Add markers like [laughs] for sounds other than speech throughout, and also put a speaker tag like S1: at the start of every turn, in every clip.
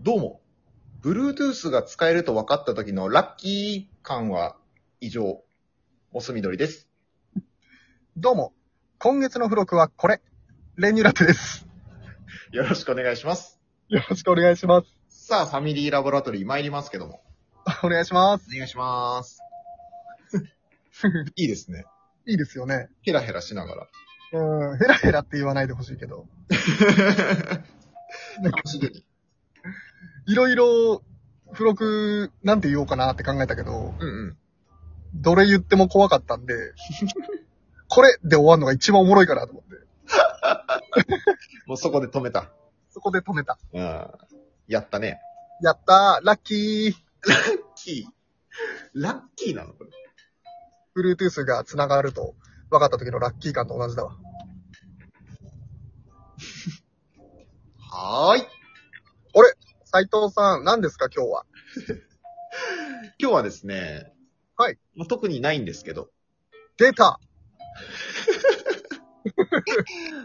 S1: どうも、Bluetooth が使えると分かった時のラッキー感は以上、モスみどりです。
S2: どうも、今月の付録はこれ、練乳ラテです。
S1: よろしくお願いします。
S2: よろしくお願いします。
S1: さあ、ファミリーラボラトリー参りますけども。
S2: お願いします。
S1: お願いし [laughs] ます。いいですね。
S2: いいですよね。
S1: ヘラヘラしな [laughs] が
S2: うん、ヘラヘラって言わないでほしいけど。
S1: ら。
S2: なんか、
S1: すでに。
S2: いろいろ、付録、なんて言おうかなって考えたけど、
S1: うんうん。
S2: どれ言っても怖かったんで、これで終わるのが一番おもろいかなと思って、
S1: もうそこで止めた。
S2: そこで止めた。
S1: うん。やったね。
S2: やったー、ラッキー。
S1: キー。ラッキーなのこれ。
S2: Bluetooth が繋がると分かった時のラッキー感と同じだわ。
S1: はーい。
S2: 斉藤さん、何ですか今日は。
S1: 今日はですね。
S2: はい。
S1: まあ、特にないんですけど。
S2: 出た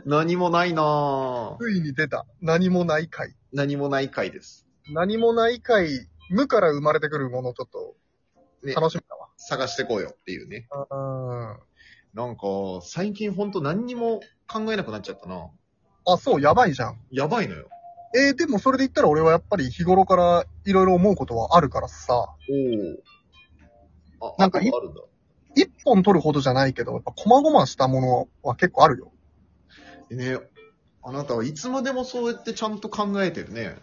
S1: 何もないなぁ。
S2: ついに出た。何もない回。
S1: 何もない回です。
S2: 何もない回、無から生まれてくるものをちょっと、
S1: ね
S2: 楽しみだわ。
S1: 探してこうよっていうね。
S2: うん。
S1: なんか、最近ほんと何にも考えなくなっちゃったな。
S2: あ、そう、やばいじゃん。
S1: やばいのよ。
S2: えーでもそれで言ったら俺はやっぱり日頃からいろいろ思うことはあるからさ、
S1: おお。あ、
S2: な
S1: なんん
S2: か
S1: か
S2: い
S1: あるんだ。
S2: 一本取るほどじゃないけど、やっぱ細々したものは結構あるよ。
S1: ねあなたはいつまでもそうやってちゃんと考えてるね。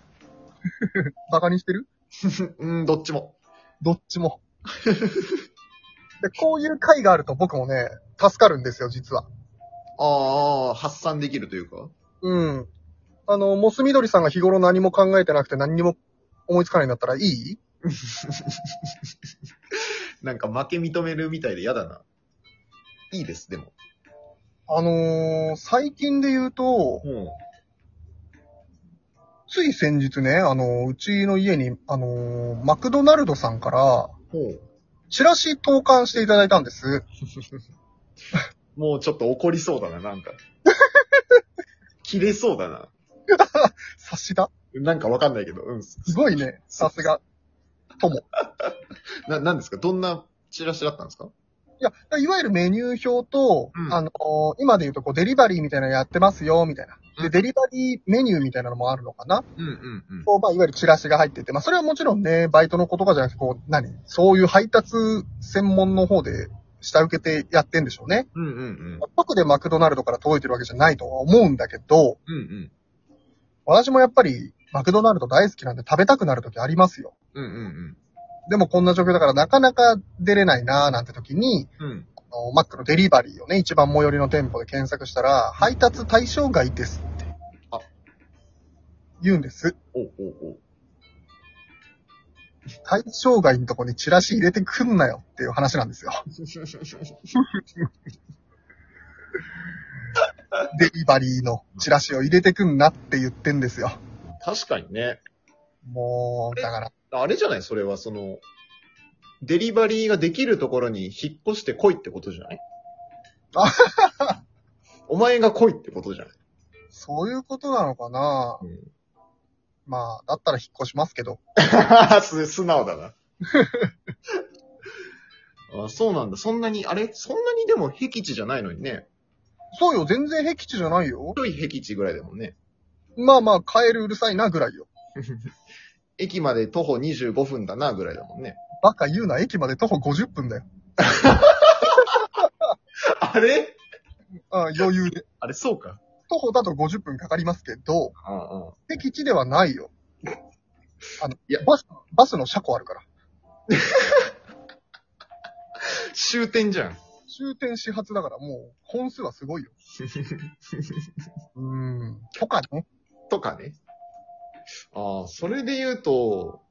S2: バカにしてる
S1: うん、どっちも。
S2: どっちも。 [laughs] で、こういう回があると僕もね、助かるんですよ、実は。
S1: ああ、発散できるというか。
S2: うん。あの、モス緑さんが日頃何も考えてなくて何にも思いつかないんだったらいい
S1: なんか負け認めるみたいで嫌だな。いいです、でも。
S2: あのー最近で言うと、
S1: うん。
S2: つい先日ね、あの、うちの家に、あの、マクドナルドさんから、
S1: ほう。
S2: チラシ投函していただいたんです。
S1: もうちょっと怒りそうだな、なんか。切れそうだな。
S2: 察しだ
S1: なんかわかんないけど、うん。
S2: すごいね。さすが。とも。
S1: な、なんですかどんなチラシだったんですか
S2: いや、いわゆるメニュー表と、
S1: うん
S2: あの、今で言うとこうデリバリーみたいなのやってますよ、みたいな。
S1: う
S2: で、
S1: ん
S2: デリバリーメニューみたいなのもあるのかな
S1: うんうんうん。
S2: こう、まあ、いわゆるチラシが入ってて、まあ、それはもちろんね、バイトの子とかじゃなくて、こう、何そういう配達専門の方で下請けてやってんでしょうね。
S1: うんうんうん。
S2: 僕でマクドナルドから届いてるわけじゃないとは思うんだけど、
S1: うんうん。
S2: 私もやっぱり、マクドナルド大好きなんで食べたくなるときありますよ。
S1: うんうん
S2: でもこんな状況だからなかなか出れないなーなんて時に、
S1: うん。うん。
S2: あのマックのデリバリーをね、一番最寄りの店舗で検索したら、配達対象外ですって。
S1: あ
S2: 言うんです。
S1: おうおうおう
S2: 対象外のとこにチラシ入れてくんなよっていう話なんです
S1: [laughs]
S2: よ。デリバリーのチラシを入れてくんなって言ってんですよ。
S1: 確かにね。
S2: もう、だから、
S1: あれじゃないそれは、その、デリバリーができるところに引っ越して来いってことじゃ [laughs] ない
S2: あは
S1: お前が来いってことじゃない
S2: そういうことなのかな、
S1: うん
S2: まあ、だったら引っ越しますけど。
S1: [laughs] す素直だな。あそうなんだ。そんなに、あれそんなにでも僻地じゃないのにね。
S2: そうよ、全然僻地じゃないよ。
S1: ちょい僻地ぐらいだもんね。
S2: まあまあ、カエルうるさいなぐらいよ。
S1: 駅まで徒歩25分だなぐらいだもんね。
S2: バカ言うな、駅まで徒歩50分だよ。
S1: [laughs] あれ
S2: ああ余裕で。
S1: あれ、そうか。
S2: 徒歩だと50分かかりますけど、
S1: うんうん。
S2: 僻地ではないよ。あの、
S1: いや
S2: バス、バスの車庫あるから。
S1: 終点じゃん。
S2: 終点始発だからもう、本数は
S1: [laughs]
S2: すごいよ。うーん。とかね。
S1: とかね。ああ、それで言うと、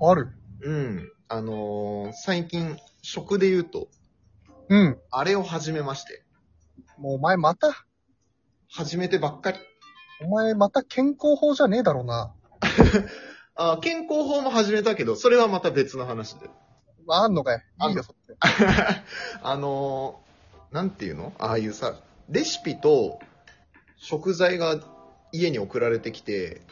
S2: ある。
S1: うん。あのー最近、食で言うと、
S2: うん。
S1: あれを始めまして。
S2: もうお前また、
S1: 始めてばっかり。
S2: お前また健康法じゃねえだろうな。
S1: あー健康法も始めたけど、それはまた別の話で。 [laughs]
S2: あんのかい。いい
S1: あん
S2: よ、
S1: の
S2: そって。
S1: あのーなんていうのああいうさ、レシピと食材が家に送られてきて、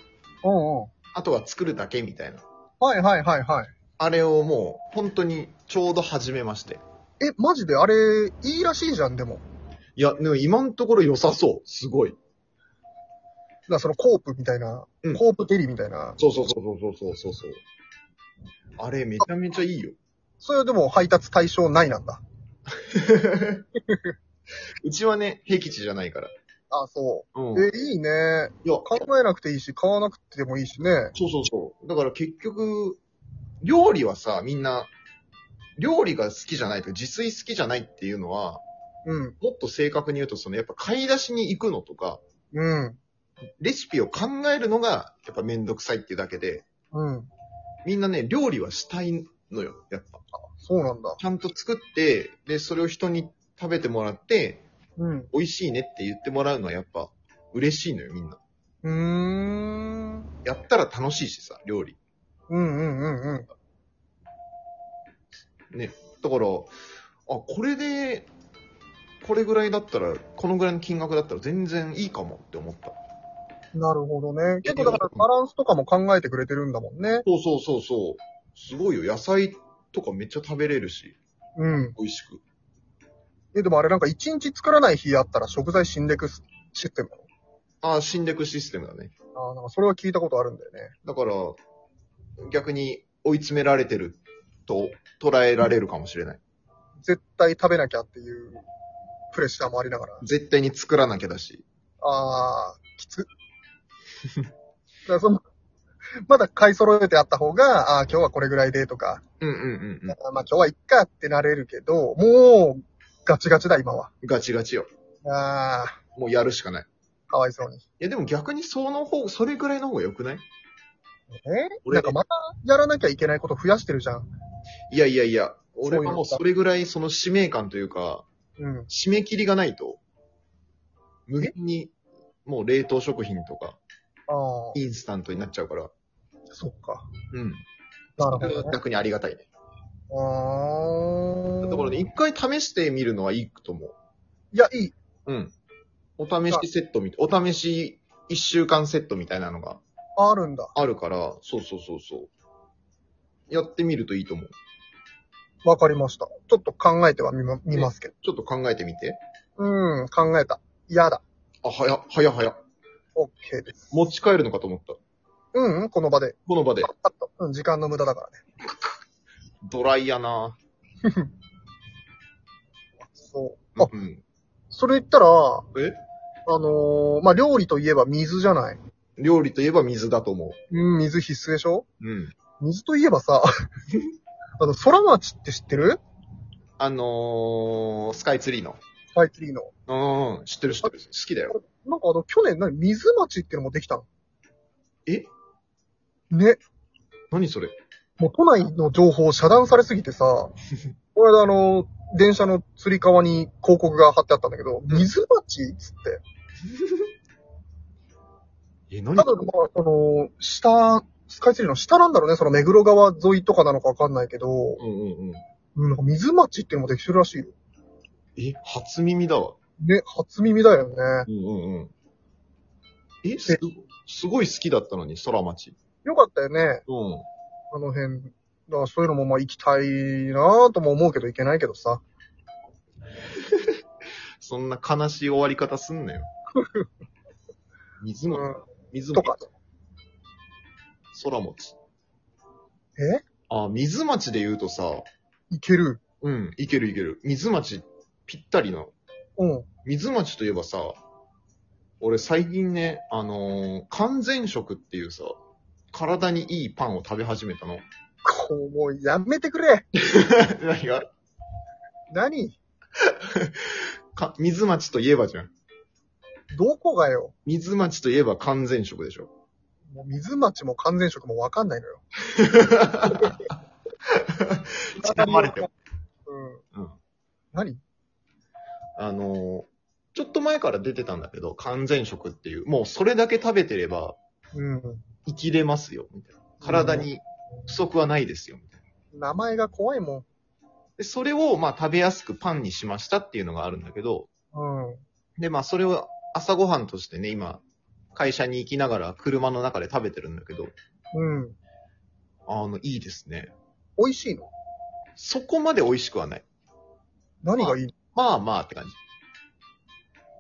S2: うんうん。
S1: あとは作るだけみたいな。
S2: はいはいはいはい。
S1: あれをもう、本当にちょうど始めまして。
S2: え、マジであれ、いいらしいじゃん、でも。
S1: いや、でも今のところ良さそう。すごい。
S2: だからそのコープみたいな、
S1: うん
S2: コープデリみたいな。
S1: そうそうそうそうそうそうそう。あれ、めちゃめちゃいいよ。 [laughs]
S2: それはでも配達対象ないなんだ。
S1: うちはね、平吉じゃないから。
S2: あ、そうう。
S1: ん。い
S2: え、いいね。
S1: や、
S2: 考えなくていいし、買わなくてもいいしね。
S1: そうそうそう。だから結局、料理はさ、みんな、料理が好きじゃないとか、自炊好きじゃないっていうのは、
S2: うん。
S1: もっと正確に言うと、その、やっぱ買い出しに行くのとか、
S2: うん。
S1: レシピを考えるのが、やっぱめんどくさいっていうだけで、
S2: うん。
S1: みんなね、料理はしたいのよ、やっぱ。
S2: そうなんだ。
S1: ちゃんと作って、で、それを人に食べてもらって、
S2: うん。
S1: 美味しいねって言ってもらうのはやっぱ、嬉しいのよ、みんな。
S2: うーん。
S1: やったら楽しいしさ、料理。
S2: うんうんうんうん。
S1: だから、あ、これで、これぐらいだったら、このぐらいの金額だったら全然いいかもって思った。
S2: なるほどね。結構だからバランスとかも考えてくれてるんだもんね。
S1: そうそうそうそう。すごいよ。野菜とかめっちゃ食べれるし、
S2: うん。
S1: 美味しく。
S2: え、でもあれなんか一日作らない日あったら食材死んでくシステム。
S1: ああ、死んでくシステムだね。
S2: あーなんかそれは聞いたことあるんだよね。
S1: だから、逆に追い詰められてると捉えられるかもしれない。
S2: 絶対食べなきゃっていうプレッシャーもありながら。
S1: 絶対に作らなきゃだし。
S2: あー、きつ。だからその、まだ買い揃えてあった方が、あー今日はこれぐらいでとか、
S1: うんうんうんう
S2: あーまあ今日はいっかってなれるけど、もう、ガチガチだ今は。
S1: ん。ガチガチよ。
S2: あ
S1: もうやるしかない。
S2: ー、かわいそうに。
S1: いやでも逆にその方、それぐらいの方が良くない
S2: え
S1: 俺
S2: なんかまたやらなきゃいけないこと増やしてるじゃん。
S1: いやいやいや、俺はもう
S2: そういうのか
S1: それぐらいその使命感というか、
S2: うん。
S1: 締め切りがないと、無限に、もう冷凍食品とか、
S2: あー、
S1: インスタントになっちゃうから、
S2: そっか。
S1: うん。
S2: なるほ
S1: それ
S2: ど
S1: は
S2: ね。
S1: 逆にありがたいね。
S2: あー。
S1: だからね、一回試してみるのはいいと思う。
S2: いや、いい。
S1: うん。お試しセットみたい、お試し一週間セットみたいなのが
S2: あるんだ。
S1: あるから、そうそうそうそう。やってみるといいと思う。
S2: わかりました。ちょっと考えてはみま、見ますけど。
S1: ちょっと考えてみて。
S2: うん、考えた。嫌だ。
S1: あ、はや、はやはや。
S2: OK です。
S1: 持ち帰るのかと思った。
S2: うん、うん、この場で。
S1: この場で。
S2: パッと。うん、時間の無駄だからね。
S1: ドライやな
S2: そう。あ、
S1: うん。
S2: それ言ったら、あ
S1: え
S2: のーまあ、料理といえば水じゃない。
S1: 料理といえば水だと思
S2: うん、水必須でしょ
S1: う。うん。
S2: 水といえばさ、 [laughs] あの、空町って知ってる
S1: あのー、スカイツリーの。
S2: スカイツリーの。
S1: うん、知ってる知ってる。好きだよ。
S2: なんかあの、去年何水町ってのもできたの
S1: え
S2: ね。
S1: 何それ
S2: もう都内の情報遮断されすぎて [laughs] さ、この間あの、電車の釣り革に広告が貼ってあったんだけど、水町っつって。
S1: え、何
S2: 多分まあ、その、下、スカイツリーの下なんだろうね、その目黒川沿いとかなのかわかんないけど、
S1: うんうんうん。
S2: うん、なんか水町っていうのもできてるらしいよ。
S1: え、初耳だわ。
S2: ね、初耳だよね。
S1: うんうんうん。え、す、すごい好きだったのに、空町。
S2: よかったよね、
S1: うん。
S2: あの辺。だからそういうのもまあ行きたいなぁとも思うけどいけないけどさ。
S1: そんな悲しい終わり方すん [laughs] なよ。水
S2: う
S1: も、
S2: ん。
S1: 水
S2: と
S1: も、
S2: か。
S1: 空餅。
S2: え
S1: あ、水町で言うとさ、
S2: 行ける。
S1: うん、いけるいける。水町、ぴったりな
S2: うん。
S1: 水町といえばさ、俺最近ね、あのー完全食っていうさ、体にいいパンを食べ始めたの。 [laughs]
S2: こう、もうやめてくれ
S1: 何が
S2: 何
S1: か水町といえばじゃん。
S2: どこがよ。
S1: 水町といえば完全食でしょ。
S2: もう水町も完全食もわかんないのよ。
S1: ちなまれても。
S2: うん。
S1: うん
S2: 何
S1: あのーちょっと前から出てたんだけど、完全食っていう、もうそれだけ食べてれば
S2: うん。
S1: 生きれますよ、みたいな。体に不足はないですよ、みたいな。
S2: 名前が怖いも
S1: で、それをまあ食べやすくパンにしましたっていうのがあるんだけど、
S2: ん。うん。
S1: で、まあ、それを朝ごはんとしてね、今、会社に行きながら車の中で食べてるんだけど、
S2: うん。
S1: あの、いいですね。
S2: 美味しいの
S1: そこまで美味しくはない。
S2: 何がいい、
S1: まあまあって感じ。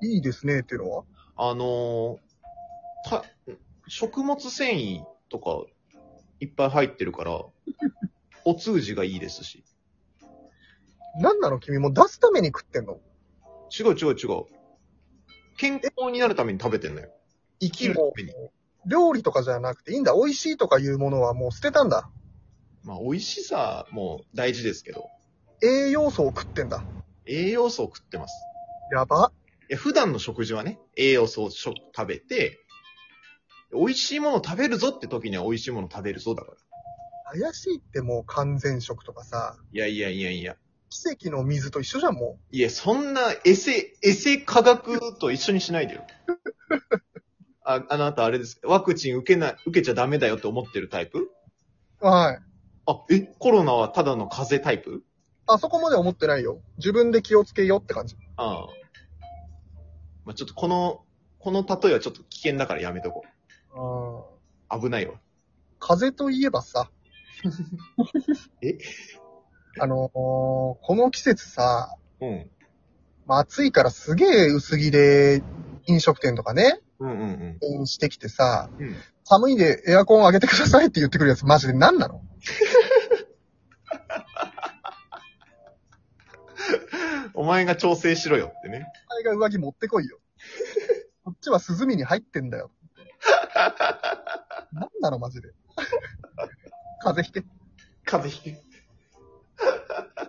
S2: いいですねっていうのは
S1: あのーた、食物繊維とかいっぱい入ってるから、お通じがいいですし。
S2: 何なの君も出すために食ってんの
S1: 違う違う違う。健康になるために食べてんのよ。生きるために。
S2: 料理とかじゃなくていいんだ。美味しいとかいうものはもう捨てたんだ。
S1: まあ、美味しさも大事ですけど、
S2: 栄養素を食ってんだ。
S1: 栄養素を食ってます。
S2: やば。
S1: いや、普段の食事はね、栄養素を食食べて、美味しいもの食べるぞって時には美味しいもの食べるぞだから。
S2: 怪しいってもう完全食とかさ、
S1: いやいやいやいや。
S2: 奇跡の水と一緒じゃん、も
S1: いや、そんな、エセ、エセ科学と一緒にしないでよ。あ、あなたあれです。ワクチン受けな、受けちゃダメだよって思ってるタイプ
S2: う。はい。
S1: あ、え、コロナはただの風邪タイプ
S2: あそこまでは思ってないよ。自分で気をつけよって感じ。
S1: ああ。まあ、ちょっとこの、この例えはちょっと危険だからやめとこ
S2: うん。
S1: う。危ないわ。。
S2: 風邪といえば [laughs] さ
S1: え
S2: あのーこの季節さ、
S1: うん。
S2: まあ、暑いからすげえ薄着で飲食店とかね、
S1: うんうんうん。
S2: 店員してきてさ、
S1: うん
S2: 寒いんでエアコン上げてくださいって言ってくるやつマジで何なの
S1: お前が調整しろよってね。
S2: お前が上着持ってこい
S1: [laughs]
S2: よ。こっちは涼みに入ってんだよ。何なの
S1: [laughs]
S2: マジで。風邪ひけ。
S1: 風邪ひく。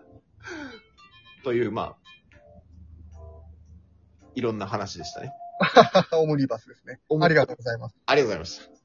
S1: [laughs] という、まあ、いろんな話でしたね。
S2: オムニバスですね
S1: オムニ。バス
S2: ありがとうございます。
S1: ありがとうございました。